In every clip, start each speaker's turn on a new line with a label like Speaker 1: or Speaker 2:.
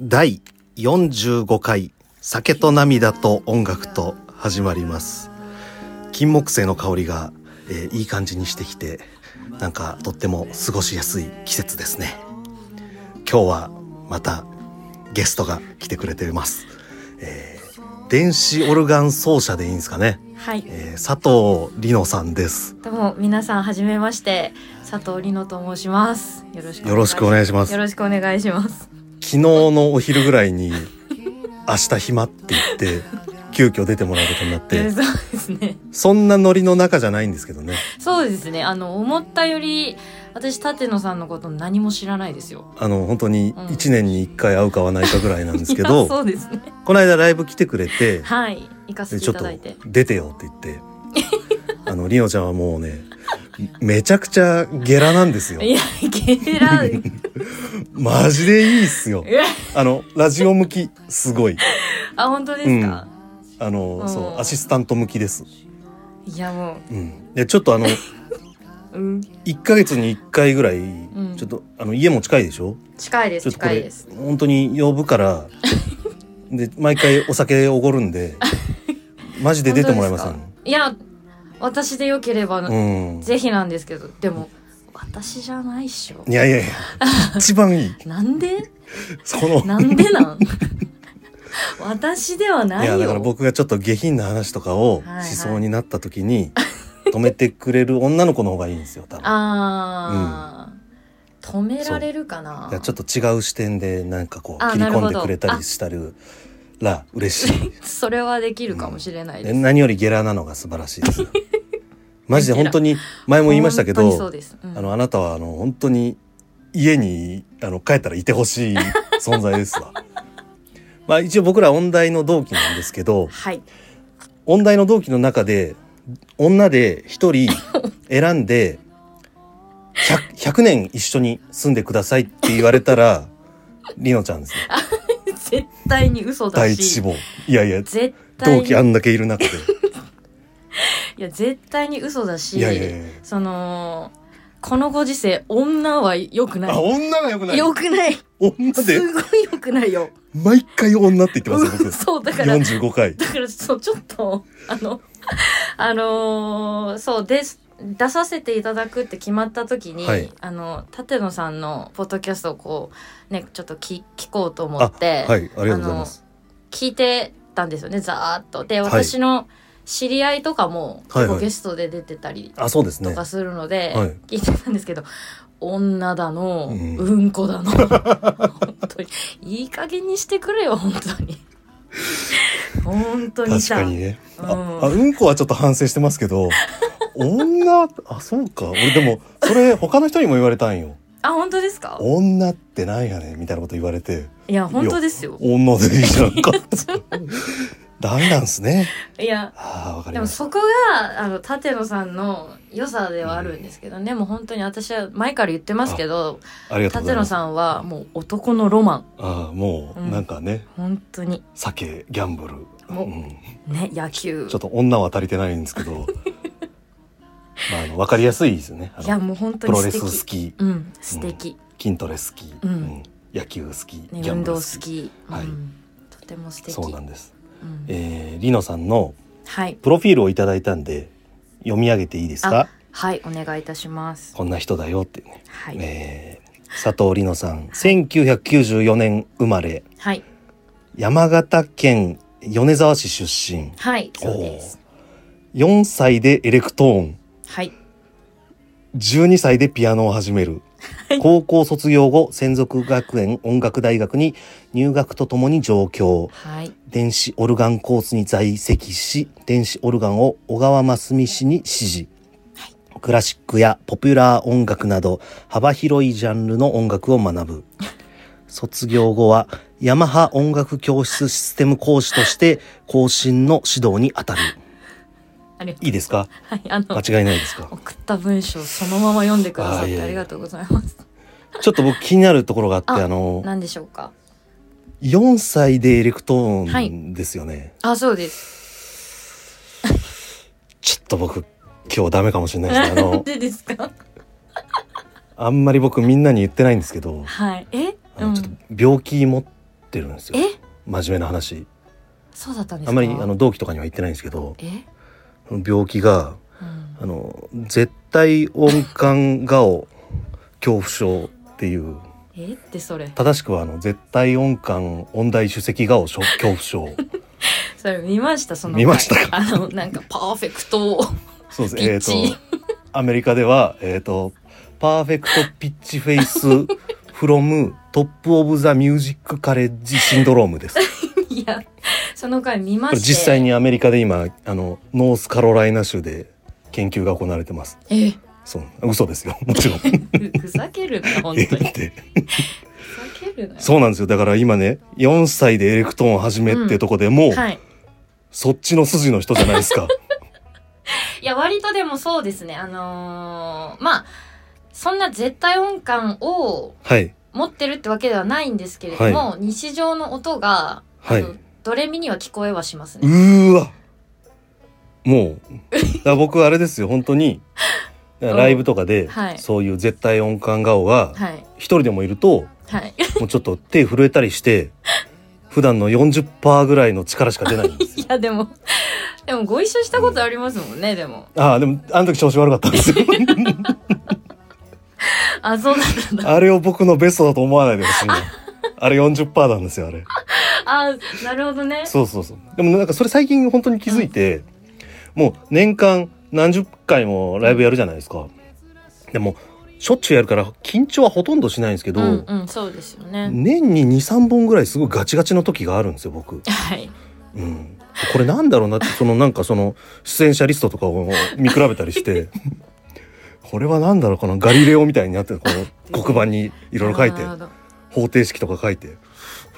Speaker 1: 第45回「酒と涙と音楽」と始まります金木犀の香りが、えーいい感じにしてきてなんかとっても過ごしやすい季節ですね今日はまたゲストが来てくれています、えー電子オルガン奏者でいいんですかね、
Speaker 2: はい、
Speaker 1: えー佐藤里乃さんです
Speaker 2: どうも皆さんはじめまして佐藤里乃と申しますよろしく
Speaker 1: よろしくお願いします
Speaker 2: よろしくお願いします
Speaker 1: 昨日のお昼ぐらいに「明日暇」って言って急遽出てもらうことになっ
Speaker 2: そう
Speaker 1: て
Speaker 2: ですね
Speaker 1: そんなノリの中じゃないんですけどね
Speaker 2: そうですねあの思ったより私舘野さんのこと何も知らないですよ
Speaker 1: あの本当に
Speaker 2: うん
Speaker 1: 1年に1回会うか会わないかぐらいなんですけ
Speaker 2: い
Speaker 1: ど、
Speaker 2: やそうですね
Speaker 1: この間ライブ来てくれて
Speaker 2: はい行かせ
Speaker 1: で
Speaker 2: て
Speaker 1: ちょっ
Speaker 2: い
Speaker 1: たと
Speaker 2: だいて
Speaker 1: 出てよって言って あのりのちゃんはもうねめちゃくちゃゲラなんですよ
Speaker 2: いやゲ ラい
Speaker 1: マジでいいっすよ
Speaker 2: や
Speaker 1: あのラジオ向きすごい
Speaker 2: あ本当ですか、
Speaker 1: あの、
Speaker 2: うん
Speaker 1: そうアシスタント向きです、
Speaker 2: いやも
Speaker 1: うん、でちょっとあの
Speaker 2: う、うん、
Speaker 1: 1ヶ月に1回ぐらい、
Speaker 2: ん
Speaker 1: ちょっとあの家も近いでしょ
Speaker 2: 近いで
Speaker 1: ちょ
Speaker 2: す
Speaker 1: っとこ
Speaker 2: 近い
Speaker 1: れ
Speaker 2: です
Speaker 1: 本当に呼ぶからで毎回お酒おごるん でマジで出てもらえませ
Speaker 2: 本当
Speaker 1: ん
Speaker 2: いや私でよければ、
Speaker 1: うん
Speaker 2: ぜひなんですけどでも私じゃないっしょ
Speaker 1: いやいやい や一番いい
Speaker 2: なんで
Speaker 1: その
Speaker 2: なんでなん 私ではない
Speaker 1: いや
Speaker 2: よ。
Speaker 1: だから僕がちょっと下品な話とかを
Speaker 2: はいはい
Speaker 1: しそうになった時に止めてくれる女の子の方がいいんですよ多分
Speaker 2: ああ、止められるかな
Speaker 1: だからちょっと違う視点でなんかこう
Speaker 2: あ
Speaker 1: 切り込んで
Speaker 2: なるほど
Speaker 1: くれたりしたら嬉しい
Speaker 2: それはできるかもしれない
Speaker 1: で
Speaker 2: です。
Speaker 1: 何よりゲラなのが素晴らしい です。マジで本当に前も言いましたけ
Speaker 2: 本当にそう
Speaker 1: ど、
Speaker 2: です。うん
Speaker 1: あのあなたはあの本当に家にあの帰ったらいてほしい存在です わ。まあ一応僕ら音大の同期なんですけど、
Speaker 2: はい。
Speaker 1: 音大の同期の中で女で一人選んで 100, 100年一緒に住んでくださいって言われたら、りのちゃんですよ。
Speaker 2: 絶対に嘘だ
Speaker 1: 第一志
Speaker 2: し。
Speaker 1: 望。いやいや、
Speaker 2: 絶対
Speaker 1: 同
Speaker 2: に
Speaker 1: 期あんだけいる中で。
Speaker 2: いや絶対に嘘だし
Speaker 1: いやいやいや
Speaker 2: そのこのご時世女は良くな
Speaker 1: あ、
Speaker 2: い
Speaker 1: 女が良くない。
Speaker 2: 良くない
Speaker 1: 女です
Speaker 2: ごい良くないよ
Speaker 1: 毎回女って言ってます
Speaker 2: う
Speaker 1: よ
Speaker 2: んそう だ
Speaker 1: 僕
Speaker 2: から
Speaker 1: 45回
Speaker 2: だからそうちょっとあのあのーそうです出させていただくって決まった時に、
Speaker 1: はい
Speaker 2: あの舘野さんのポッドキャストをこうねちょっと聞聞こうと思って、
Speaker 1: あはいありがとうございます
Speaker 2: 聞いてたんですよねざーっと。で
Speaker 1: はい
Speaker 2: 私の知り合いとかも、
Speaker 1: はいはい
Speaker 2: 結構ゲストで出てたり
Speaker 1: あそうです
Speaker 2: と
Speaker 1: ね
Speaker 2: かするので、
Speaker 1: はい
Speaker 2: 聞いてたんですけど。女だの、
Speaker 1: う
Speaker 2: うんん、こだの本当にいい加減にしてくれよ本当に本当に
Speaker 1: 確
Speaker 2: さ
Speaker 1: かにねあ,、
Speaker 2: うん
Speaker 1: あうんこはちょっと反省してますけど女あそうか俺でもそれ他の人にも言われたんよ
Speaker 2: あ本当ですか
Speaker 1: 女ってなんやねんみたいなこと言われて
Speaker 2: いや本当ですよ
Speaker 1: 女でいいじゃんかダメなんすね
Speaker 2: いや
Speaker 1: あーわかり
Speaker 2: で
Speaker 1: ま
Speaker 2: も
Speaker 1: し
Speaker 2: そこがあの舘野さんの良さではあるんですけどね、もう本当に私は前から言ってますけど
Speaker 1: たありがとうござい
Speaker 2: 舘
Speaker 1: ま
Speaker 2: 野
Speaker 1: す
Speaker 2: さんはもう男のロマン
Speaker 1: あーもう
Speaker 2: うん
Speaker 1: なんかね、
Speaker 2: 本当に
Speaker 1: 酒ギャンブル、
Speaker 2: もう
Speaker 1: うん
Speaker 2: ね野球
Speaker 1: ちょっと女は足りてないんですけ どまああの分かりやすいですよねあの
Speaker 2: いやもう本当
Speaker 1: プ
Speaker 2: に
Speaker 1: ロレ
Speaker 2: 素
Speaker 1: ス好
Speaker 2: 敵
Speaker 1: き
Speaker 2: うん素敵、
Speaker 1: 筋トレ好き、
Speaker 2: うん
Speaker 1: うん野球好き、ギ
Speaker 2: ね
Speaker 1: ャン
Speaker 2: 運
Speaker 1: ブ
Speaker 2: 動
Speaker 1: ル好
Speaker 2: 好
Speaker 1: き
Speaker 2: き、
Speaker 1: はい
Speaker 2: うんとても素敵
Speaker 1: そうなんです、
Speaker 2: うん
Speaker 1: えー、リノさんの
Speaker 2: はい
Speaker 1: プロフィールをいただいたんで読み上げていいですか
Speaker 2: あはいお願いいたします
Speaker 1: こんな人だよってね、
Speaker 2: はい、
Speaker 1: えー佐藤里乃さん1994年生まれ
Speaker 2: はい
Speaker 1: 山形県米沢市出身
Speaker 2: はいそうです
Speaker 1: 4歳でエレクトーン
Speaker 2: はい
Speaker 1: 12歳でピアノを始める、高校卒業後専属学園音楽大学に入学とともに上京
Speaker 2: はい
Speaker 1: 電子オルガンコースに在籍し、電子オルガンを小川真澄氏に指示。クラシックやポピュラー音楽など幅広いジャンルの音楽を学ぶ。卒業後はヤマハ音楽教室システム講師として後進の指導に当たる。
Speaker 2: ありがと
Speaker 1: いいですか
Speaker 2: うはいあの
Speaker 1: 間違いないですか
Speaker 2: 送った文章そのまま読んでくださ
Speaker 1: あいやい
Speaker 2: って
Speaker 1: や
Speaker 2: ありがとうございます。
Speaker 1: ちょっと僕気になるところがあって、あ
Speaker 2: あ
Speaker 1: の、
Speaker 2: 何でしょうか。
Speaker 1: 4歳でエレクト
Speaker 2: は
Speaker 1: ーン
Speaker 2: い
Speaker 1: ですよね。
Speaker 2: あ、そうです。
Speaker 1: ちょっと僕今日ダメかもしれないですね。あ
Speaker 2: なん
Speaker 1: の、
Speaker 2: でですか。
Speaker 1: あんまり僕みんなに言ってないんですけど、
Speaker 2: はいえ
Speaker 1: あ
Speaker 2: う
Speaker 1: の
Speaker 2: ん
Speaker 1: ちょっと病気持ってるんですよ
Speaker 2: え
Speaker 1: 真面目な話
Speaker 2: そうだったんですか
Speaker 1: あんまりあの同期とかには言ってないんですけど
Speaker 2: え、
Speaker 1: 病気が
Speaker 2: うん、
Speaker 1: あの絶対音感顔恐怖症っていう
Speaker 2: えってそれ
Speaker 1: 正しくはあの絶対音感音大首席顔 症恐怖症
Speaker 2: それ見ましたその
Speaker 1: 見ました
Speaker 2: あのなんかパーフェクト
Speaker 1: そうです
Speaker 2: ピッチ
Speaker 1: えっ、とアメリカではえっ、とパーフェクトピッチフェイス from トップオブザミュージックカレッジシンドロームです
Speaker 2: いやその回見ま
Speaker 1: これ
Speaker 2: して
Speaker 1: 実際にアメリカで今あのノースカロライナ州で研究が行われてます
Speaker 2: え
Speaker 1: そう嘘ですよも ち ろん
Speaker 2: ふふざけ るな本当に
Speaker 1: えって
Speaker 2: ふざけるなよ
Speaker 1: そうなんですよだから今ね4歳でエレクトーンを始めってとこでもう、
Speaker 2: はい
Speaker 1: そっちの筋の人じゃないです か
Speaker 2: いや割とでもそうですねあのーまあそんな絶対音感を
Speaker 1: はい
Speaker 2: 持ってるってわけではないんですけれども、日常の音が、
Speaker 1: はい
Speaker 2: あのドレミには聞こえはします
Speaker 1: う
Speaker 2: ね。
Speaker 1: ーわもうだから僕あれですよ本当にだからライブとかで、
Speaker 2: はい
Speaker 1: そういう絶対音感顔が
Speaker 2: はい。
Speaker 1: 一人でもいる と
Speaker 2: はい。
Speaker 1: もうちょっと手震えたりして普段の40%ぐらいの力しか出ないんです
Speaker 2: いや、でも、でもご一緒したことありますもんね、でも。
Speaker 1: ああ、でも、あの時調子悪かったんです よ。
Speaker 2: あ、そうだったんだ。
Speaker 1: あれを僕のベストだと思わないでほしいの。あれ40%なんですよ、あれ。
Speaker 2: あ、なるほどね。
Speaker 1: そうそうそう。でもなんかそれ最近本当に気づいて、もう年間何十回もライブやるじゃないですか。でも、しょっちゅうやるから緊張はほとんどしないんですけど、
Speaker 2: うん、うん、そうですよね。
Speaker 1: 年に2、3本ぐらいすごいガチガチの時があるんですよ、僕。
Speaker 2: はい。
Speaker 1: うん。これなんだろうなって、そのなんかその出演者リストとかを見比べたりして、 これはなんだろう、このガリレオみたいになってる、この黒板にい
Speaker 2: い
Speaker 1: ろいろ書いて
Speaker 2: な、るほど
Speaker 1: 方程式とか書いて、こ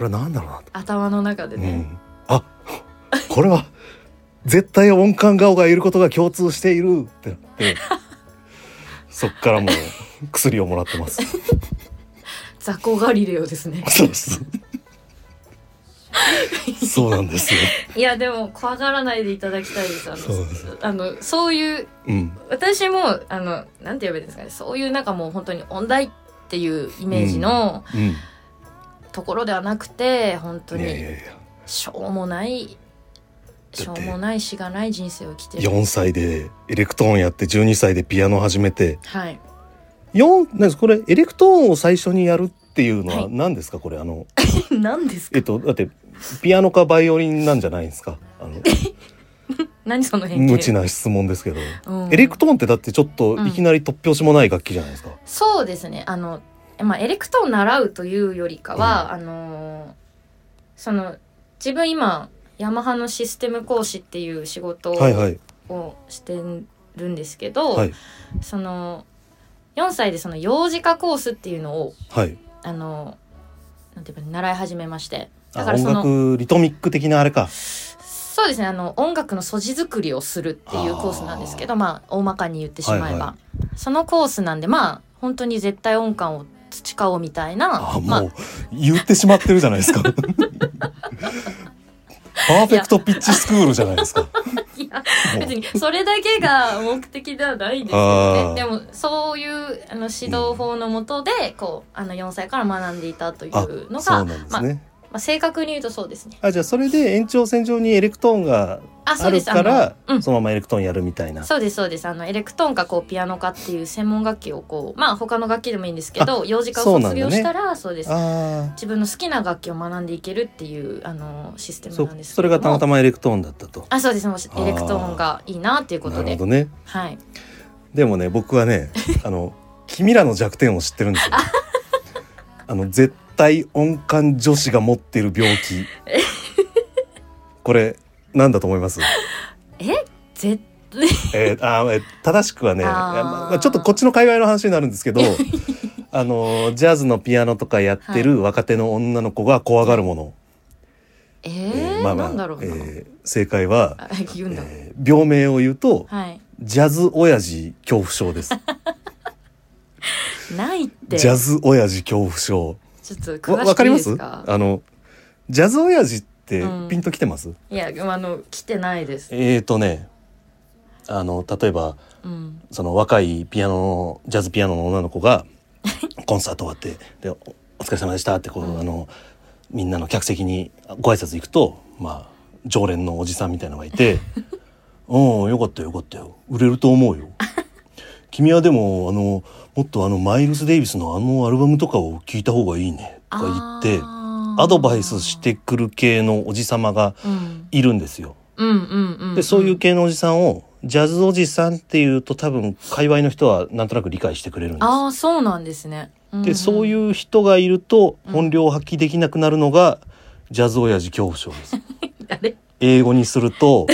Speaker 1: れはなんだろうなって。
Speaker 2: 頭の中で
Speaker 1: う
Speaker 2: ね。
Speaker 1: ん。あ、これは絶対音感顔がいることが共通しているってなって、そっからもう薬をもらってます。。
Speaker 2: 雑魚ガリレオですね
Speaker 1: そうです。そうなんですよ。
Speaker 2: いや、でも、怖がらないでいただきたいです。あの、
Speaker 1: そうです
Speaker 2: あのそういう、
Speaker 1: うん。
Speaker 2: 私も、あの、なんて言えばいいんですかね、そういうなんかもう本当に音大っていうイメージの、
Speaker 1: うん。
Speaker 2: ところではなくて本当
Speaker 1: いやいや
Speaker 2: に
Speaker 1: いや。
Speaker 2: しょうもない
Speaker 1: て
Speaker 2: しょうもないしがない人生を生きてる
Speaker 1: 4歳でエレクトーンやって12歳でピアノ始めて
Speaker 2: はい
Speaker 1: 4なんですこれエレクトーンを最初にやるっていうの
Speaker 2: は
Speaker 1: はい何ですか、これあの
Speaker 2: 何です
Speaker 1: えっとだってピアノかバイオリンなんじゃないんですかあの
Speaker 2: 何その偏見
Speaker 1: 無知な質問ですけど、
Speaker 2: うん
Speaker 1: エレクトーンってだってちょっといきなり突拍子もない楽器じゃないですか、
Speaker 2: そうですねあの、まあ、エレクトーン習うというよりかは、あのーその自分今ヤマハのシステム講師っていう仕事
Speaker 1: はいはい
Speaker 2: をしてるんですけど、
Speaker 1: はい
Speaker 2: その4歳でその幼児科コースっていうのを
Speaker 1: はい
Speaker 2: あのなんていうか習い始めましてだ
Speaker 1: あ
Speaker 2: から
Speaker 1: 音
Speaker 2: その
Speaker 1: 楽リトミック的なあれか
Speaker 2: そうですねあの音楽の素地作りをするっていうコースなんですけどまあ大まかに言ってしまえば、
Speaker 1: はいは
Speaker 2: そのコースなんでまあ本当に絶対音感を培おうみたいな
Speaker 1: あもう、
Speaker 2: まあ、
Speaker 1: 言ってしまってるじゃない ですかパーフェクトピッチスクールじゃないですか
Speaker 2: いや
Speaker 1: も
Speaker 2: 別
Speaker 1: う
Speaker 2: にそれだけが目的ではないんですけ
Speaker 1: あ
Speaker 2: ど
Speaker 1: ー
Speaker 2: ねでもそういうあの指導法のもとで、こうあの4歳から学んでいたとい
Speaker 1: あ
Speaker 2: うの
Speaker 1: そ
Speaker 2: が
Speaker 1: うなんで
Speaker 2: ますあ
Speaker 1: ね、
Speaker 2: まあ、正確に言うとそうですね。
Speaker 1: あじゃあそれで延長線上にエレクトーンが
Speaker 2: あそ
Speaker 1: あ
Speaker 2: うで
Speaker 1: る
Speaker 2: す
Speaker 1: から
Speaker 2: あのうん
Speaker 1: そのままエレクトーンやるみたいな。
Speaker 2: そうですそうですあのエレクトーンかこうピアノかっていう専門楽器をこうまあ他の楽器でもいいんですけど幼児科
Speaker 1: そう
Speaker 2: を
Speaker 1: なんだ
Speaker 2: 卒
Speaker 1: ね
Speaker 2: 業したらそうです
Speaker 1: あ
Speaker 2: 自分の好きな楽器を学んでいけるっていうあのシステ
Speaker 1: あ
Speaker 2: ム
Speaker 1: そ
Speaker 2: なんです
Speaker 1: それがたまた
Speaker 2: ま
Speaker 1: まエレクトーンだったと。
Speaker 2: あそうですもうエレクトーンがいいなっていうこ
Speaker 1: な
Speaker 2: と
Speaker 1: るほ
Speaker 2: で
Speaker 1: どね。
Speaker 2: はい
Speaker 1: でもね僕は ねあの君らの弱点を知ってるんですよ。あの絶対音感女子が持ってる病 気。これなんだと思います。
Speaker 2: ぜ
Speaker 1: えーあーえー正しくはね
Speaker 2: あー
Speaker 1: まあ、ちょっとこっちの界隈の話になるんですけど あのジャズのピアノとかやってる若手の女の子が怖がるもの。
Speaker 2: え
Speaker 1: え
Speaker 2: ー
Speaker 1: ー
Speaker 2: なんだろうな、
Speaker 1: えー正解は、
Speaker 2: あ 言うんだ、
Speaker 1: えー病名を言うと、
Speaker 2: はい
Speaker 1: ジャズ親父恐怖症です。
Speaker 2: ないって
Speaker 1: ジャズ親父恐怖症。
Speaker 2: ちょっと
Speaker 1: わ
Speaker 2: 詳
Speaker 1: わ
Speaker 2: し
Speaker 1: か
Speaker 2: く
Speaker 1: り
Speaker 2: いい
Speaker 1: ま
Speaker 2: ですすか
Speaker 1: あの、ジャズ親父って
Speaker 2: うん
Speaker 1: ピンときてます、
Speaker 2: いやあの来てないです
Speaker 1: えーとね、あの、例えば、
Speaker 2: うん
Speaker 1: その若いピアノの、ジャズピアノの女の子が、コンサート終わってでお「お疲れ様でした」ってこう、あのみんなの客席にご挨拶行くとまあ常連のおじさんみたいなのがい て「うんよかったよよかったよ売れると思う よ」「君はでもあのもっとあのマイルス・デイビスのあのアルバムとかを聞いた方がいいね」とか言ってアドバイスし、てくる系のおじさまが
Speaker 2: うん、
Speaker 1: いるんですよ。
Speaker 2: うんうんうん
Speaker 1: でそういう系のおじさんをジャズおじさんっていうと多分界隈の人はなんとなく理解してくれるんです。
Speaker 2: ああそうなんですね、うんうん
Speaker 1: で そういう人がいると本領を発揮できなくなるのがジャズ親父恐怖症です。
Speaker 2: 誰
Speaker 1: 英語にする と、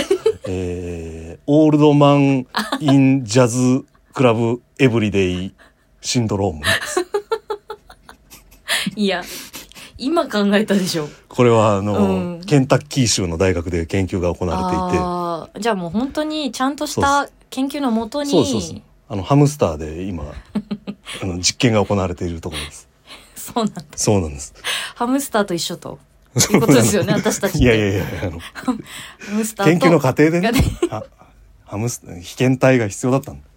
Speaker 1: えーオールドマン・イン・ジャズ・クラブ・エブリデイ・シンドロームです。
Speaker 2: いや今考えたでしょ
Speaker 1: これはあの、
Speaker 2: うん
Speaker 1: ケンタッキー州の大学で研究が行われていて
Speaker 2: ああじゃあもう本当にちゃんとした研究のもとに
Speaker 1: そうそうそうあのハムスターで今あの実験が行われているところです。
Speaker 2: そうなんだ
Speaker 1: そうなんです。
Speaker 2: ハムスターと一緒ということですよね私たちって
Speaker 1: いやいやいやあの
Speaker 2: ハムスター
Speaker 1: 研
Speaker 2: と
Speaker 1: 究の過程でね
Speaker 2: がね
Speaker 1: あハムス被験体が必要だったんだ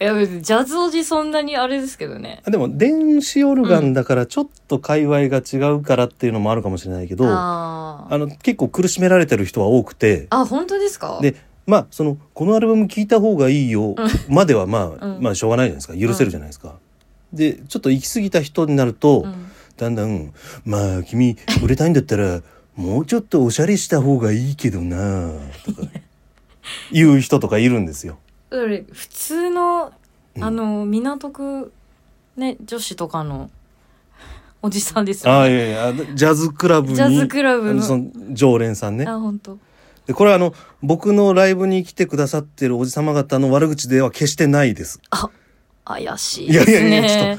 Speaker 2: いや別にジャズおじそんなにあれですけどね
Speaker 1: あでも電子オルガンだからちょっと界隈が違うからっていうのもあるかもしれないけど、あ
Speaker 2: あー
Speaker 1: の結構苦しめられてる人は多くて
Speaker 2: あ本当ですか
Speaker 1: でまあそのこのアルバム聴いた方がいいよまではまあ、
Speaker 2: うん
Speaker 1: まあしょうがないじゃないですか許せるじゃないですか。でちょっと行き過ぎた人になると、
Speaker 2: うん
Speaker 1: だんだん「まあ君売れたいんだった らもうちょっとおしゃれした方がいいけどな」と かいう人とかいるんですよ。
Speaker 2: だから普通の
Speaker 1: うん
Speaker 2: あの港区ね女子とかのおじさんです
Speaker 1: あ
Speaker 2: よ
Speaker 1: あ
Speaker 2: ね
Speaker 1: いやいやジャズクラブに
Speaker 2: ジャズクラブ
Speaker 1: あのそ
Speaker 2: の
Speaker 1: の常連さんね
Speaker 2: あ本当
Speaker 1: でこれはあの僕のライブに来てくださってるおじ様方の悪口では決してないです
Speaker 2: 怪しいです
Speaker 1: いやいやいや
Speaker 2: ね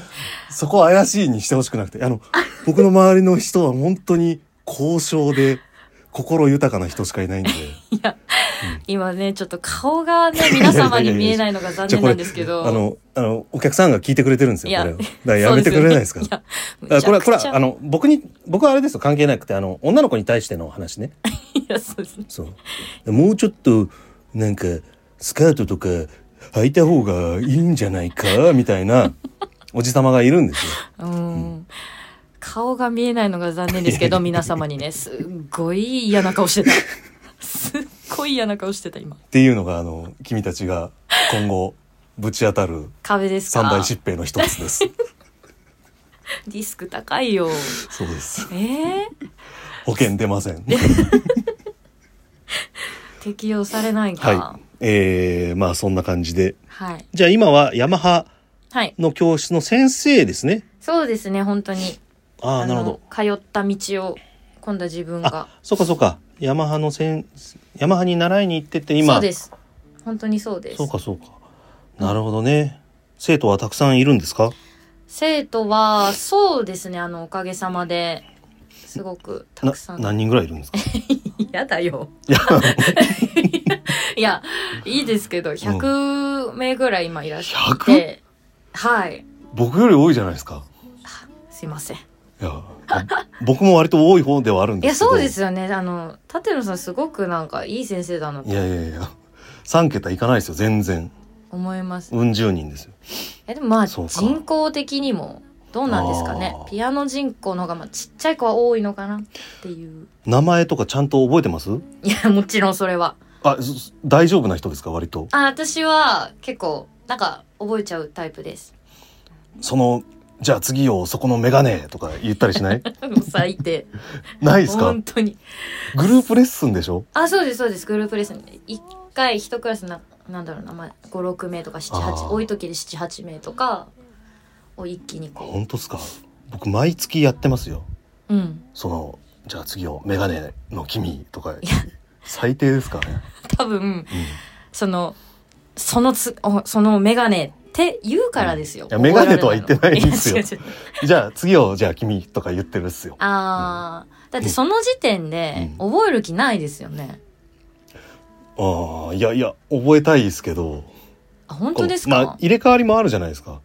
Speaker 1: そこは怪しいにしてほしくなくてあの僕の周りの人は本当に高尚で心豊かな人しかい ないんで
Speaker 2: 今ねちょっと顔がね皆様に見えないのが残念なんですけど
Speaker 1: あのあのお客さんが聞いてくれてるんです
Speaker 2: い
Speaker 1: よ
Speaker 2: や
Speaker 1: これをだか らやめてくれないですか
Speaker 2: そうよねい
Speaker 1: ら
Speaker 2: や
Speaker 1: あこれはこれ
Speaker 2: むちゃくちゃ
Speaker 1: はあの僕に僕はあれですよ関係なくてあの女の子に対しての話ね
Speaker 2: いやそうですね
Speaker 1: そう。もうちょっと、なんか、スカートとか履いた方がいいんじゃないか、みたいな、おじさまがいるんですよ。
Speaker 2: うん顔が見えないのが残念ですけど皆様にねすっごい嫌な顔してたすっごい嫌な顔してた今
Speaker 1: っていうのが、あの、君たちが今後、ぶち当たる
Speaker 2: 壁ですか
Speaker 1: 三大疾病の一つです。
Speaker 2: ディスク高いよ
Speaker 1: そうです。
Speaker 2: えー、
Speaker 1: 保険出ません。
Speaker 2: 適用されない
Speaker 1: は
Speaker 2: か
Speaker 1: い。えー、まあそんな感じで。
Speaker 2: はい、はい
Speaker 1: じゃあ今はヤマハの教室の先生ですね。
Speaker 2: そうですね本当に
Speaker 1: ああ、なるほど。
Speaker 2: の通った道を今度は自分が
Speaker 1: あ、そうかそうか。ヤマハの先、ヤマハに習いに行ってて今、
Speaker 2: そうです本当にそうです
Speaker 1: そうかそうか。なるほどね。生徒はたくさんいるんですか。
Speaker 2: 生徒はそうですねあのおかげさまですごくた
Speaker 1: な
Speaker 2: くさん
Speaker 1: 何人ぐらいいるんですか。
Speaker 2: 嫌だよ
Speaker 1: いや、
Speaker 2: いやいいですけど100名ぐらい今いらっしゃって、はい
Speaker 1: 僕より多いじゃないですか。
Speaker 2: すいません
Speaker 1: いや、あ僕も割と多い方ではあるん
Speaker 2: い
Speaker 1: で
Speaker 2: や
Speaker 1: すけど。
Speaker 2: そうで。すよねあの舘野さんすごくなんかいい先生だなと
Speaker 1: いやいやいや。三桁いかないですよ。全然。
Speaker 2: 思います
Speaker 1: うん十人ですよ。
Speaker 2: えでもまあ
Speaker 1: そうか
Speaker 2: 人口的にもどうなんですかね
Speaker 1: あー
Speaker 2: ピアノ人口の方がまあちっちゃい子は多いのかなっていう
Speaker 1: 名前とかちゃんと覚えてます。
Speaker 2: いやもちろんそれは
Speaker 1: あ、そ大丈夫な人ですか。割と。
Speaker 2: あ私は結構なんか覚えちゃうタイプです
Speaker 1: その。じゃあ次よそこのメガネとか言ったりしない
Speaker 2: 最低
Speaker 1: ないですか
Speaker 2: 本当に
Speaker 1: グループレッスンでしょ
Speaker 2: あそうですそうですグループレッスン一回一クラスななんだろうな、まあ、56名とか
Speaker 1: あー
Speaker 2: 78多い時で78名とかを一気にこ
Speaker 1: 本当ですか僕毎月やってますよ
Speaker 2: ううん
Speaker 1: そのじゃあ次をメガネの君とか最低ですからね、
Speaker 2: 多分そのそのつおそのメガネって言うからですよ、
Speaker 1: いやメガネとは言ってない
Speaker 2: 覚えられ
Speaker 1: ですよ
Speaker 2: の
Speaker 1: うん
Speaker 2: いや違う違う
Speaker 1: じゃあ次をじゃあ君とか言ってるっすよ
Speaker 2: ああ、だってその時点で
Speaker 1: う
Speaker 2: 覚える気ないですよね、
Speaker 1: ああいやいや覚えたいですけど
Speaker 2: あ本当ですか、
Speaker 1: まあ、入れ替わりもあるじゃないですか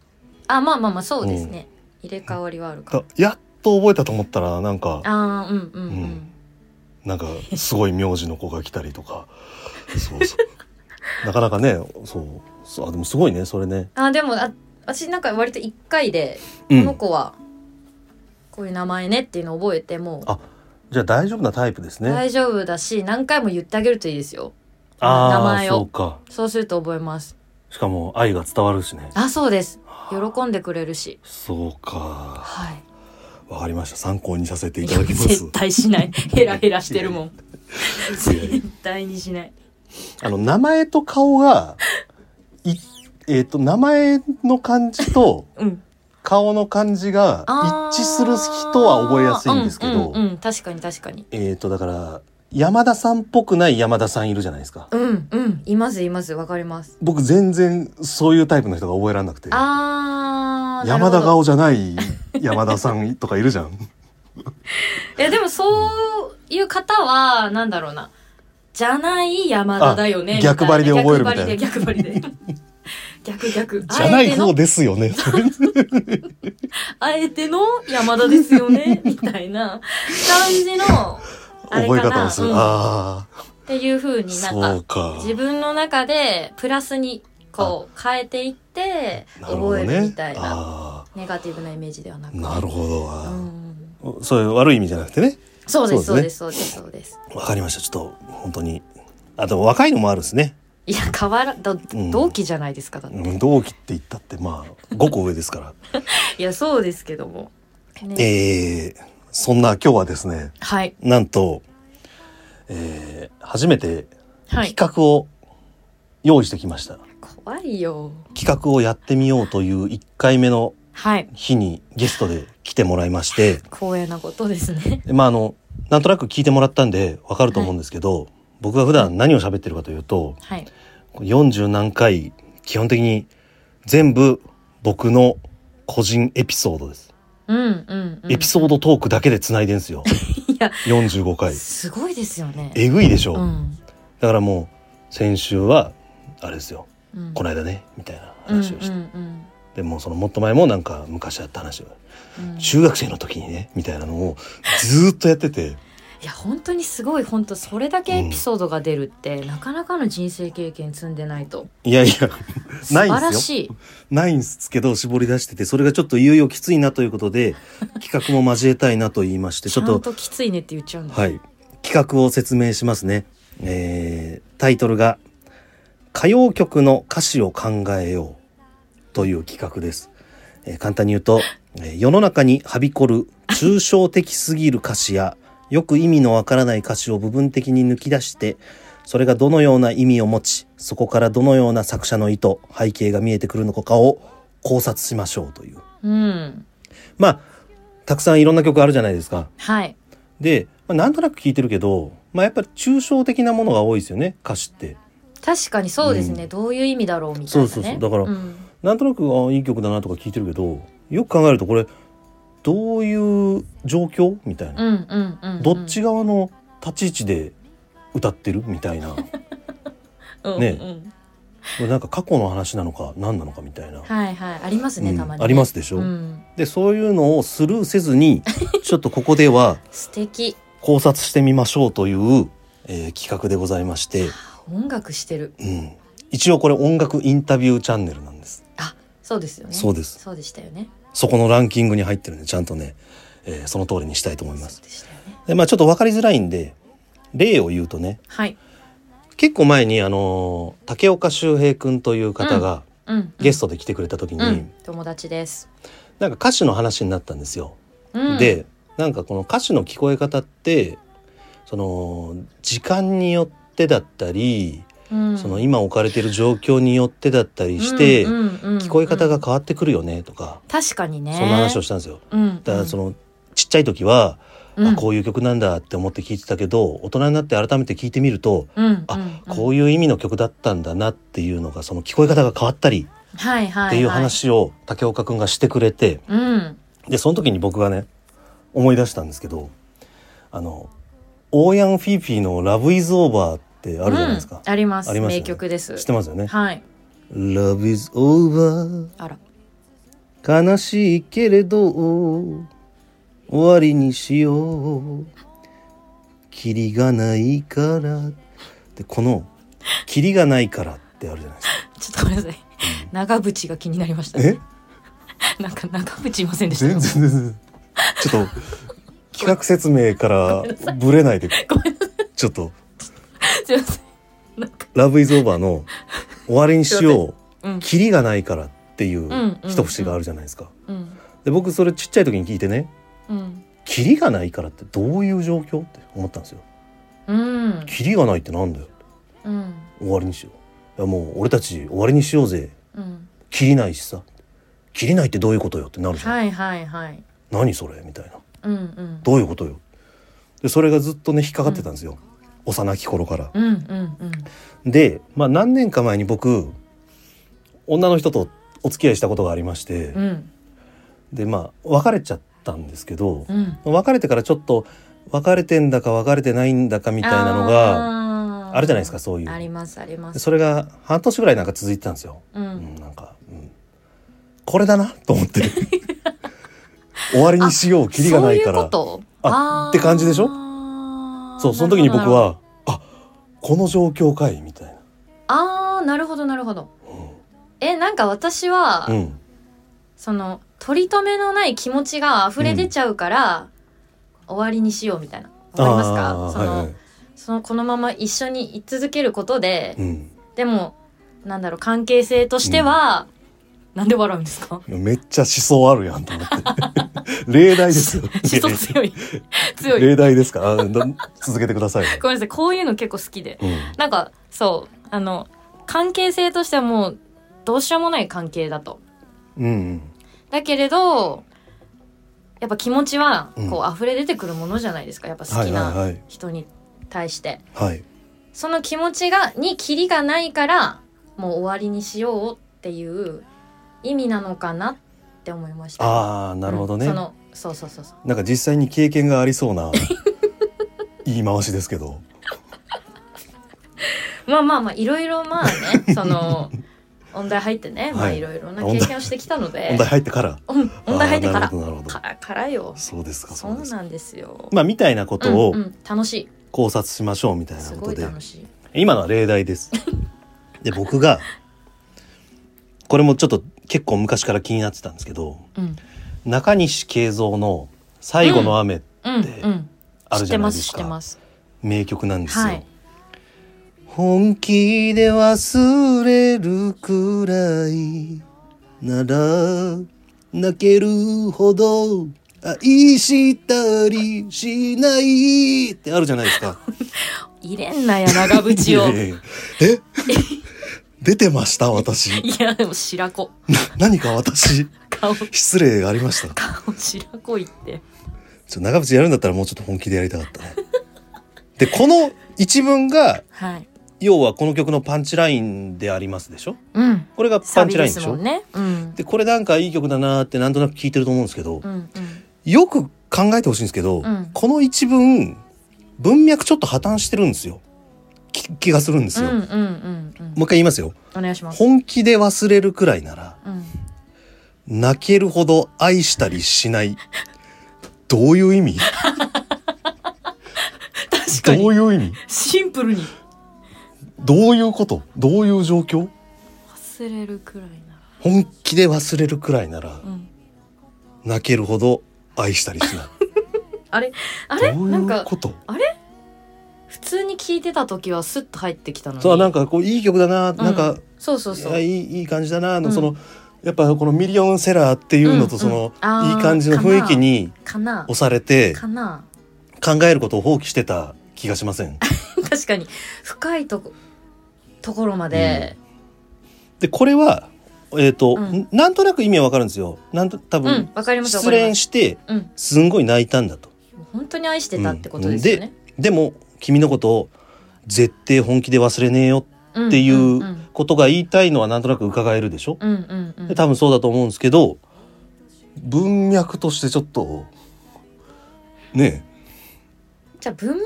Speaker 2: あまあまあまあそうですね、入れ替わりはあるか
Speaker 1: だやっと覚えたと思ったらなんか
Speaker 2: ああーうんうん
Speaker 1: う
Speaker 2: う
Speaker 1: んんなんかすごい名字の子が来たりとか そうそうなかなかねそうそうあでもすごいねそれね
Speaker 2: あでもあ私なんか割と1回で
Speaker 1: う
Speaker 2: この
Speaker 1: ん。
Speaker 2: 子はこういう名前ねっていうのを覚えても
Speaker 1: あじゃあ大丈夫なタイプですね。
Speaker 2: 大丈夫だし、何回も言ってあげるといいですよ
Speaker 1: ああ、
Speaker 2: 名前を
Speaker 1: そうか。
Speaker 2: そうすると覚えます
Speaker 1: しかも愛が伝わるしね。
Speaker 2: あそうです喜んでくれるし
Speaker 1: そうか。
Speaker 2: はい
Speaker 1: わかりました。参考にさせてい
Speaker 2: い
Speaker 1: た
Speaker 2: や
Speaker 1: だきます
Speaker 2: 絶。対し ないヘラヘラしてるもん
Speaker 1: いやいや
Speaker 2: 絶対にしない
Speaker 1: あの、名前と顔が、い、えっ、と、名前の感じと
Speaker 2: うん
Speaker 1: 顔の感じが
Speaker 2: あー
Speaker 1: 一致する人は覚えやすいんですけど、
Speaker 2: うんうんうん確かに確かに
Speaker 1: えっ、と、だから、山田さんっぽくない山田さんいるじゃないですか。
Speaker 2: うんうんいますいますわかります
Speaker 1: 僕全然そういうタイプの人が覚えられなくて。
Speaker 2: あーなるほ
Speaker 1: 山
Speaker 2: ど
Speaker 1: 田顔じゃない山田さんとかいるじゃ ん。
Speaker 2: いやでもそういう方はなんだろうなじゃない山田だよね
Speaker 1: あ
Speaker 2: みたいな
Speaker 1: 逆張りで覚えるみたいな
Speaker 2: 逆張 りで逆張りで逆逆
Speaker 1: じゃない
Speaker 2: あえ
Speaker 1: 方
Speaker 2: ての
Speaker 1: ですよね。
Speaker 2: あえての山田ですよ ねみたいな感じのあれ
Speaker 1: 覚え
Speaker 2: か
Speaker 1: 方
Speaker 2: な
Speaker 1: をする。
Speaker 2: うん
Speaker 1: ああ、
Speaker 2: っていう風にな
Speaker 1: そ
Speaker 2: ん
Speaker 1: う
Speaker 2: か
Speaker 1: か。
Speaker 2: 自分の中でプラスにこう変えていって
Speaker 1: なるほ
Speaker 2: 覚
Speaker 1: ど
Speaker 2: える
Speaker 1: ね
Speaker 2: みたいな
Speaker 1: あ
Speaker 2: ネガティブなイメージではなく
Speaker 1: あ、なるほどわ
Speaker 2: うん
Speaker 1: そういう悪い意味じゃなくてね。
Speaker 2: そうです
Speaker 1: そ
Speaker 2: そうう
Speaker 1: で
Speaker 2: ですそうですそうです
Speaker 1: わかりました。ちょっと、本当に。あ、でも若いのもあるんですね。
Speaker 2: いや変わらど
Speaker 1: うん
Speaker 2: 同期じゃないですかだって
Speaker 1: うん同期って言ったって、まあ、5個上ですから。
Speaker 2: いや、そうですけども。ね、
Speaker 1: えー、そんな今日はですね、
Speaker 2: はい。
Speaker 1: なんと、えー、初めて
Speaker 2: は
Speaker 1: 企
Speaker 2: い。
Speaker 1: 画を用意してきました。
Speaker 2: 怖いよ。
Speaker 1: 企画をやってみようという1回目の
Speaker 2: はい。
Speaker 1: 日にゲストで来てもらいまして、
Speaker 2: 光栄なことですね。
Speaker 1: でまああのなんとなく聞いてもらったんでわかると思うんですけど、僕が普段何を喋ってるかというと
Speaker 2: はい。
Speaker 1: 40何回基本的に全部僕の個人エピソードです、
Speaker 2: うんうん、うん。
Speaker 1: エピソードトークだけで繋いでんすよ
Speaker 2: いや、
Speaker 1: 45回
Speaker 2: すごいですよね。
Speaker 1: えぐいでしょ、
Speaker 2: うん。
Speaker 1: だからもう先週はあれですよ
Speaker 2: うん。
Speaker 1: この間ねみたいな話をして、
Speaker 2: うんうん
Speaker 1: でもうそのもっと前もなんか昔あった話を
Speaker 2: うんうん、い
Speaker 1: 中学生の時にねみたいなのをずーっとやってて
Speaker 2: や本当にすごい本当それだけエピソードが出るって、なかなかの人生経験積んでないと
Speaker 1: いやいや
Speaker 2: 素
Speaker 1: ない
Speaker 2: 晴
Speaker 1: んですよ
Speaker 2: らしい
Speaker 1: ないんですけど絞り出しててそれがちょっといよいよきついなということで企画も交えたいなと言いましてち
Speaker 2: ち
Speaker 1: ょっ
Speaker 2: ゃん
Speaker 1: と
Speaker 2: ときついねって言っちゃうんだ、
Speaker 1: はい企画を説明しますね、えータイトルが「歌謡曲の歌詞を考えよう」という企画です、えー簡単に言うと、えー世の中にはびこる抽象的すぎる歌詞やよく意味のわからない歌詞を部分的に抜き出してそれがどのような意味を持ちそこからどのような作者の意図背景が見えてくるのかを考察しましょうという
Speaker 2: うん
Speaker 1: まあたくさんいろんな曲あるじゃないですか。
Speaker 2: はい
Speaker 1: で、まあ、なんとなく聞いてるけど、まあ、やっぱり抽象的なものが多いですよね歌詞って。
Speaker 2: 確かにそうですね、
Speaker 1: うん
Speaker 2: どういう意味だろうみたいな、ね、
Speaker 1: そうそうそうだから
Speaker 2: うん
Speaker 1: なんとなくあいい曲だなとか聞いてるけどよく考えるとこれどういう状況みたいな、
Speaker 2: うんうんうんうん、
Speaker 1: どっち側の立ち位置で歌ってるみた いなこ
Speaker 2: うん
Speaker 1: ね
Speaker 2: うん
Speaker 1: れなんか過去の話なのか何なのかみたいな、
Speaker 2: はいはいありますね、
Speaker 1: うん
Speaker 2: たまにね、
Speaker 1: ありますでしょ。
Speaker 2: うん、
Speaker 1: でそういうのをスルーせず にちょっとここでは
Speaker 2: 素敵
Speaker 1: 考察してみましょうという、えー企画でございまして、
Speaker 2: 音楽してる
Speaker 1: うん、一応これ音楽インタビューチャンネルなんです。
Speaker 2: そうですよね
Speaker 1: そうです
Speaker 2: そうでしたよね
Speaker 1: そこのランキングに入ってるんで、ちゃんとね、えーその通りにしたいと思いま
Speaker 2: そ
Speaker 1: す
Speaker 2: う。でしたよね
Speaker 1: で、まあちょっと分かりづらいんで、例を言うとね、
Speaker 2: はい
Speaker 1: 結構前にあのー竹岡修平くんという方が
Speaker 2: うん
Speaker 1: ゲ
Speaker 2: ス
Speaker 1: ストで来てくれた時に、
Speaker 2: うん、友達です、
Speaker 1: なんか歌詞の話になったんですよ。
Speaker 2: うん、
Speaker 1: で、なんかこの歌詞の聞こえ方って、その、時間によってだったり、
Speaker 2: うん、
Speaker 1: その今置かれてる状況によってだったりして、
Speaker 2: うんうんうんうん
Speaker 1: 聞こえ方が変わってくるよねとか、
Speaker 2: 確かにね
Speaker 1: そんな話を
Speaker 2: し
Speaker 1: したんですよ。
Speaker 2: うんうん、
Speaker 1: だからその、ちっちゃい時は、
Speaker 2: うん、
Speaker 1: あこういう曲なんだって思って聞いてたけど大人になって改めて聞いてみると
Speaker 2: うん、うん、
Speaker 1: あこういう意味の曲だったんだなっていうのがその聞こえ方が変わったり
Speaker 2: うん、はいはい、はい、
Speaker 1: っていう話を竹岡くんがしてくれて
Speaker 2: うん
Speaker 1: でその時に僕がね思い出したんですけどあのオーヤン・フィーフィーの「ラブ・イズ・オーバー」ってあるじゃないですか
Speaker 2: うん、、あります
Speaker 1: ありますよね
Speaker 2: 名曲です
Speaker 1: 知ってますよね
Speaker 2: はい
Speaker 1: 「Love is over
Speaker 2: あら
Speaker 1: 悲しいけれど終わりにしようキリがないからでこの「キリがないから」ってあるじゃないですか
Speaker 2: ちょっとごめんなさい長渕が気になりました
Speaker 1: え
Speaker 2: なんか長渕いませんでした
Speaker 1: 全然全然ちょっと企画説明からぶれないで
Speaker 2: ごめんなさ
Speaker 1: ちょっと
Speaker 2: いすいませんなんか
Speaker 1: 「ラブイズオーバーの「終わりにしよ
Speaker 2: う
Speaker 1: う」「
Speaker 2: ん
Speaker 1: キリがないから」ってい
Speaker 2: んうん
Speaker 1: う
Speaker 2: うん
Speaker 1: 一節があるじゃないですか。
Speaker 2: うん
Speaker 1: で僕それちっちゃい時に聞いてね
Speaker 2: うん
Speaker 1: 「キリがないから」ってどういう状況って思ったんですよ。
Speaker 2: うん
Speaker 1: キリがないってなんだよ
Speaker 2: うん
Speaker 1: 終わりにしよう。いやもう俺たち終わりにしようぜ。
Speaker 2: うん
Speaker 1: キリないしさ。キリないってどういうことよってなるじゃん。
Speaker 2: はいはいはい
Speaker 1: 何それみたいな。
Speaker 2: うんうん
Speaker 1: どういうことよ。でそれがずっとね引っかかってたんですよ。幼き頃から。
Speaker 2: うんうんうん
Speaker 1: で、まあ、何年か前に僕女の人とお付き合いしたことがありまして、
Speaker 2: うん
Speaker 1: でまあ別れちゃったんですけど
Speaker 2: う、ん
Speaker 1: 別れてからちょっと別れてんだか別れてないんだかみたいなのが
Speaker 2: が
Speaker 1: あるじゃないですかそういう
Speaker 2: ありますありま
Speaker 1: ですそれが半年ぐらいなんか続いてたんですよ、
Speaker 2: う
Speaker 1: うん
Speaker 2: ん
Speaker 1: なんか、うんこれだなと思って 終わりにしようキリがないから
Speaker 2: そういうこと
Speaker 1: あ
Speaker 2: ー
Speaker 1: って感じでしょ
Speaker 2: あー
Speaker 1: そうその時に僕
Speaker 2: なるほど
Speaker 1: はあこの状況かいみたいな
Speaker 2: あーなるほどなるほどえなんか私は、
Speaker 1: うん、うん
Speaker 2: その取り留めのない気持ちが溢れ出ちゃうから、終わりにしようみたいなわかります
Speaker 1: あ
Speaker 2: か
Speaker 1: ー
Speaker 2: その,、
Speaker 1: はいはい
Speaker 2: そのこのまま一緒に居続けることで、
Speaker 1: うん
Speaker 2: でもなんだろう関係性としては、なんで笑うんです か
Speaker 1: いやめっちゃ思想あるやんと思 って。例題ですよ。
Speaker 2: 思想 強い強い
Speaker 1: 例題ですかあど続けてください。
Speaker 2: ごめんなさい こういうの結構好きで
Speaker 1: うん。
Speaker 2: なんかそうあの関係性としてはもうどうしようもない関係だと
Speaker 1: うん
Speaker 2: だけれどやっぱ気持ちは
Speaker 1: うん
Speaker 2: こう溢れ出てくるものじゃないですかやっぱ
Speaker 1: は
Speaker 2: 好
Speaker 1: い
Speaker 2: き
Speaker 1: はいは
Speaker 2: ない人に対して、
Speaker 1: うん。はい。
Speaker 2: その気持ちがにキリがないからもう終わりにしようっていう意味なのかなって思いました
Speaker 1: ああ、なるほどね、
Speaker 2: うんそのそうそうそうそう
Speaker 1: なんか実際に経験がありそう な言い回しですけど。
Speaker 2: まあまあまあいろいろまあ ねその音大入ってね、ま
Speaker 1: は
Speaker 2: あ
Speaker 1: い
Speaker 2: いろいろな経験をしてきたので
Speaker 1: 問題入ってから。
Speaker 2: うん音大入ってか
Speaker 1: あーな
Speaker 2: ら
Speaker 1: るほどなるほど
Speaker 2: からからよ
Speaker 1: そうですか。そ
Speaker 2: そ
Speaker 1: うで
Speaker 2: う
Speaker 1: すか。
Speaker 2: なんですよ、
Speaker 1: まあみたいなことを
Speaker 2: うんうん、楽し
Speaker 1: 考察しましょうみたい
Speaker 2: い
Speaker 1: な
Speaker 2: す
Speaker 1: こ
Speaker 2: ご
Speaker 1: と
Speaker 2: い
Speaker 1: で。
Speaker 2: 楽しい
Speaker 1: 今のは例題 です。で、僕が、これもちょっと結構昔から気になってたんですけど、
Speaker 2: うん
Speaker 1: 中西慶三の「最後の雨」
Speaker 2: うん
Speaker 1: で
Speaker 2: うん
Speaker 1: あ
Speaker 2: 知
Speaker 1: る
Speaker 2: っ
Speaker 1: じゃな
Speaker 2: て
Speaker 1: い
Speaker 2: ま
Speaker 1: ですす
Speaker 2: 知っ
Speaker 1: か、
Speaker 2: てます
Speaker 1: 名曲なんですよ、
Speaker 2: はい
Speaker 1: 本気で忘れるくらいなら泣けるほど愛したりしないってあるじゃないですか。
Speaker 2: 入れん なや長渕を
Speaker 1: いやいやいや え出てました私。
Speaker 2: いやでも白子
Speaker 1: 何か私、
Speaker 2: 顔
Speaker 1: 失礼がありました。
Speaker 2: 顔白子いって
Speaker 1: ちょ長渕やるんだったらもうちょっと本気でやりたかったね。で、この一文が、
Speaker 2: はい
Speaker 1: 要はこの曲のパンチラインでありますでしょ
Speaker 2: うん
Speaker 1: これがパ
Speaker 2: サ
Speaker 1: ン
Speaker 2: ビ
Speaker 1: チラ
Speaker 2: で
Speaker 1: インですし
Speaker 2: も
Speaker 1: ょ
Speaker 2: んねうん
Speaker 1: で、これなんかいい曲だなーってなんとなく聞いてると思うんですけど
Speaker 2: う、ん
Speaker 1: よく考えてほしいんですけど、
Speaker 2: うん
Speaker 1: この一文、文脈ちょっと破綻してるんですよ。き気がするんです
Speaker 2: うんう
Speaker 1: よ。
Speaker 2: ん
Speaker 1: もう
Speaker 2: うんうん
Speaker 1: 一回言いますよ。
Speaker 2: お願いします
Speaker 1: 本気で忘れるくらいなら、
Speaker 2: うん
Speaker 1: 泣けるほど愛したりし ない。どういう意味
Speaker 2: 確
Speaker 1: ど
Speaker 2: かに
Speaker 1: ういう意味
Speaker 2: シンプルに
Speaker 1: どういうことどういう状況
Speaker 2: 忘れるくらいな
Speaker 1: 本気で忘れるくらいなら
Speaker 2: らうん
Speaker 1: 泣けるほど愛したりしな
Speaker 2: あれ あ
Speaker 1: い。
Speaker 2: れ
Speaker 1: どう
Speaker 2: なん
Speaker 1: いう
Speaker 2: か
Speaker 1: こと
Speaker 2: 普通に聞いてた時はスッと入ってきたのに
Speaker 1: そうなんかこういい曲だな、
Speaker 2: うん
Speaker 1: なんか
Speaker 2: そうそうそ
Speaker 1: いや
Speaker 2: う
Speaker 1: いいいい感じだなの、
Speaker 2: うん
Speaker 1: そのやっぱこのミリオンセラーっていうのと
Speaker 2: うん
Speaker 1: その、
Speaker 2: うんあー
Speaker 1: いい感じの雰囲気に
Speaker 2: かな
Speaker 1: 押されて
Speaker 2: かな
Speaker 1: 考えることを放棄してた気がしません。
Speaker 2: 確かに深いとこところまで
Speaker 1: でこれはえっ、と、
Speaker 2: うん
Speaker 1: なんとなく意味はわかるんですよ。なんと多
Speaker 2: う
Speaker 1: 分
Speaker 2: ん、わかりますわ
Speaker 1: 失
Speaker 2: かりま
Speaker 1: 恋
Speaker 2: す
Speaker 1: して
Speaker 2: うん
Speaker 1: すんごい泣いたんだと。
Speaker 2: 本当に愛してたってことですよね
Speaker 1: でも君のことを絶対本気で忘れねえよ
Speaker 2: っ
Speaker 1: ってい
Speaker 2: うんう
Speaker 1: うんことが言いたいのはなんとなく伺えるでしょ、
Speaker 2: うんうんうん
Speaker 1: で多分そうだと思うんですけど文脈としてちょっとね
Speaker 2: じゃあ文脈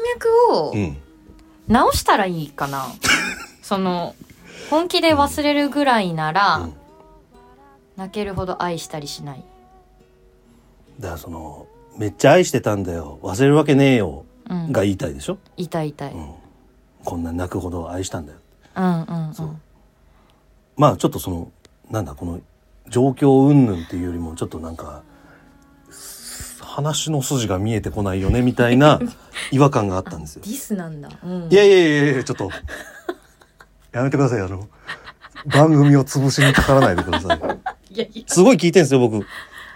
Speaker 2: を
Speaker 1: え、うん、
Speaker 2: 直したらいい かなその本気で忘れるぐらいなら、
Speaker 1: うん
Speaker 2: 泣けるほど愛したりしない、
Speaker 1: だからその「めっちゃ愛してたんだよ忘れるわけねえよ
Speaker 2: うん」、
Speaker 1: が言いたいでしょ、
Speaker 2: 痛い痛い、う、
Speaker 1: うんん、こんな泣くほど愛したんだよ
Speaker 2: うんうん
Speaker 1: そうまあちょっとそのなんだこの状況云々っていうよりもちょっとなんかす話の筋が見えてこないよねみたい な違和感があったんですよ
Speaker 2: デ。ィスなんだ、うん、
Speaker 1: いやいやいやいやちょっとやめてくださいあの番組を潰しにかからないでください。
Speaker 2: いやい
Speaker 1: すごい聞いてんですよ僕。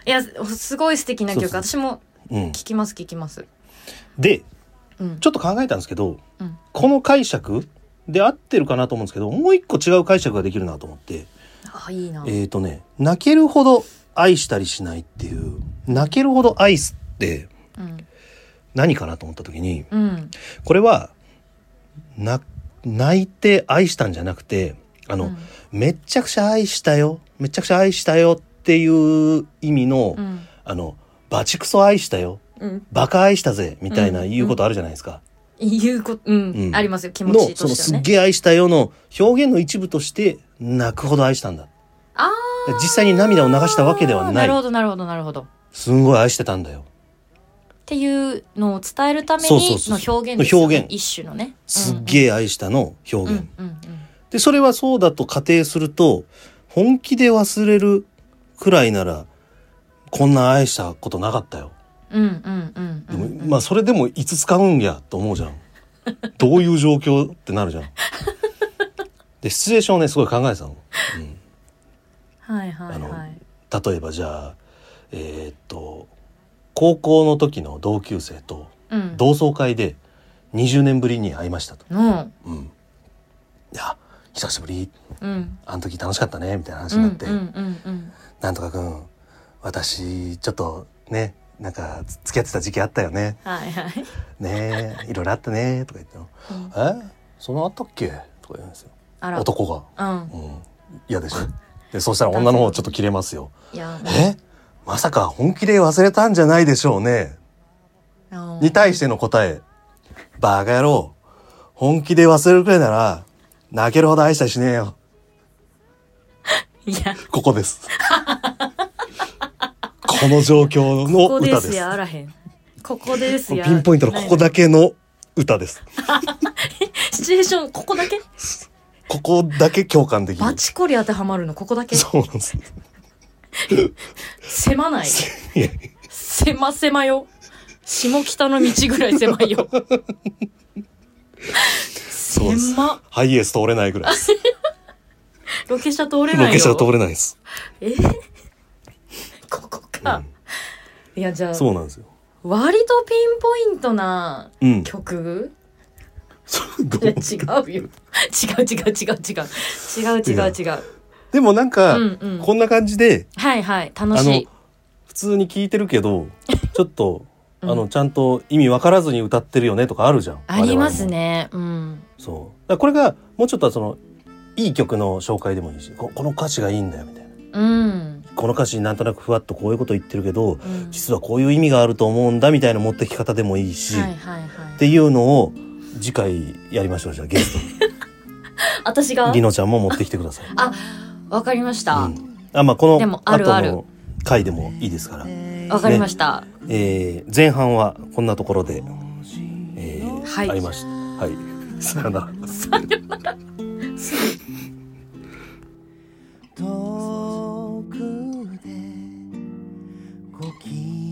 Speaker 2: やいやすごい素敵な曲
Speaker 1: そうそ
Speaker 2: 私も
Speaker 1: うん、
Speaker 2: 聞きます聞きます
Speaker 1: で
Speaker 2: うん
Speaker 1: ちょっと考えたんですけど、
Speaker 2: うん
Speaker 1: この解釈で合ってるかなと思うんですけどもう一個違う解釈ができるなと思って、
Speaker 2: あいいな
Speaker 1: えっ、とね「泣けるほど愛したりしない」っていう「泣けるほど愛す」って
Speaker 2: うん
Speaker 1: 何かなと思った時に
Speaker 2: うん
Speaker 1: これはな泣いて愛したんじゃなくてあの、めっちゃくちゃ愛したよめっちゃくちゃ愛したよっていう意味の、
Speaker 2: うん
Speaker 1: あのバチクソ愛したよ
Speaker 2: うん
Speaker 1: バカ愛したぜみたいな
Speaker 2: うん
Speaker 1: 言うことあるじゃないですか。
Speaker 2: 言うことうん、
Speaker 1: うん
Speaker 2: ありますよ気持
Speaker 1: の
Speaker 2: ち
Speaker 1: そ
Speaker 2: と
Speaker 1: の
Speaker 2: して
Speaker 1: す
Speaker 2: は
Speaker 1: っ
Speaker 2: ね
Speaker 1: げえ愛したよの表現の一部として泣くほど愛したんだ
Speaker 2: あ
Speaker 1: 実際に涙を流したわけでは
Speaker 2: あー
Speaker 1: な
Speaker 2: ないるほどなるほどなるほどっ
Speaker 1: すんごい愛してたんだよ
Speaker 2: ていうのを伝えるために
Speaker 1: そうそうそう
Speaker 2: の表現ですよね
Speaker 1: 表現
Speaker 2: 一種のね
Speaker 1: すっ
Speaker 2: え
Speaker 1: げえ愛したの表
Speaker 2: うん
Speaker 1: 現、
Speaker 2: うんうん
Speaker 1: でそれはそうだと仮定すると本気で忘れるくらいならこんな愛したことなかったよ
Speaker 2: うんうんうん
Speaker 1: で
Speaker 2: うん
Speaker 1: も、
Speaker 2: うん
Speaker 1: まあそれでもいつ使うんやと思うじゃ んどういう状況ってなるじゃんでシチュエーションをねすごい考えてたの、うん
Speaker 2: はいは
Speaker 1: あ
Speaker 2: い
Speaker 1: の
Speaker 2: はい
Speaker 1: 例えばじゃあえーっと高校の時の同級生と
Speaker 2: うん
Speaker 1: 同窓会で20年ぶりに会いましたと。
Speaker 2: の
Speaker 1: うん、いや久しぶり
Speaker 2: うん
Speaker 1: あの時楽しかったねみたいな話
Speaker 2: う
Speaker 1: に
Speaker 2: ん
Speaker 1: な
Speaker 2: う
Speaker 1: んって「
Speaker 2: うんうん
Speaker 1: なんとか君私ちょっとねなんかつ付き合ってた時期あったよね
Speaker 2: はいはい
Speaker 1: ねえいろいろあったね」とか言っても
Speaker 2: うん
Speaker 1: 「えそんなあったっけ?」とか言うんですよ
Speaker 2: あら
Speaker 1: 男が。
Speaker 2: うん
Speaker 1: うん、嫌でしょでそうしたら女の方ちょっと切れますよ。
Speaker 2: いや
Speaker 1: えまさか本気で忘れたんじゃないでしょうね
Speaker 2: うん
Speaker 1: に対しての答え「バカ野郎本気で忘れるくらいなら泣けるほど愛したりしねえよ
Speaker 2: いや」
Speaker 1: ここですこの状況
Speaker 2: こ
Speaker 1: の
Speaker 2: こ
Speaker 1: 歌
Speaker 2: で
Speaker 1: ですす
Speaker 2: やあらへんここですや
Speaker 1: ピンポイントのここだけの歌です
Speaker 2: シチュエーションここだけ
Speaker 1: ここだけ共感できる
Speaker 2: バチコリ当てはまるのここだけ
Speaker 1: そうなんです
Speaker 2: 狭ない
Speaker 1: いや
Speaker 2: 狭狭よ下北の道ぐらい狭いよ
Speaker 1: うです
Speaker 2: 狭っ
Speaker 1: ハイエース通れないぐらいです
Speaker 2: ロケ車通れないよ
Speaker 1: ロケ車通れないです、
Speaker 2: えここ
Speaker 1: う
Speaker 2: か、
Speaker 1: ん、
Speaker 2: いやじゃあ
Speaker 1: そうなんですよ
Speaker 2: 割とピンポイントな
Speaker 1: うん
Speaker 2: 曲、
Speaker 1: そう
Speaker 2: いや違うよ違う違う違う違う違う違う違う
Speaker 1: でもなんか、
Speaker 2: うんうん
Speaker 1: こんな感じで
Speaker 2: はいはい楽しい
Speaker 1: 普通に聞いてるけ どちょっと、
Speaker 2: うん
Speaker 1: あのちゃんと意味わからずに歌ってるよねとかあるじゃん
Speaker 2: あります
Speaker 1: 我々も
Speaker 2: ねうん
Speaker 1: そうだからこれがもうちょっとそのいい曲の紹介でもいいしここの歌詞がいいんだよみたいな
Speaker 2: うん、
Speaker 1: この歌詞になんとなくふわっとこういうこと言ってるけど
Speaker 2: うん、
Speaker 1: 実はこういう意味があると思うんだみたいな持ってき方でもいいし、
Speaker 2: はい
Speaker 1: っ
Speaker 2: はいはい
Speaker 1: ていうのを次回やりましょうじゃあゲ ス
Speaker 2: 私
Speaker 1: ト
Speaker 2: が
Speaker 1: りのちゃんも持ってきてください。
Speaker 2: あわかりました
Speaker 1: う
Speaker 2: わ、
Speaker 1: ん、あまあこの
Speaker 2: でもあるある
Speaker 1: 後の回でもいいですから、
Speaker 2: かりました、
Speaker 1: えー前半はこんなところで、えー
Speaker 2: はい
Speaker 1: ありました。はい、さよなら。
Speaker 3: 遠くでご機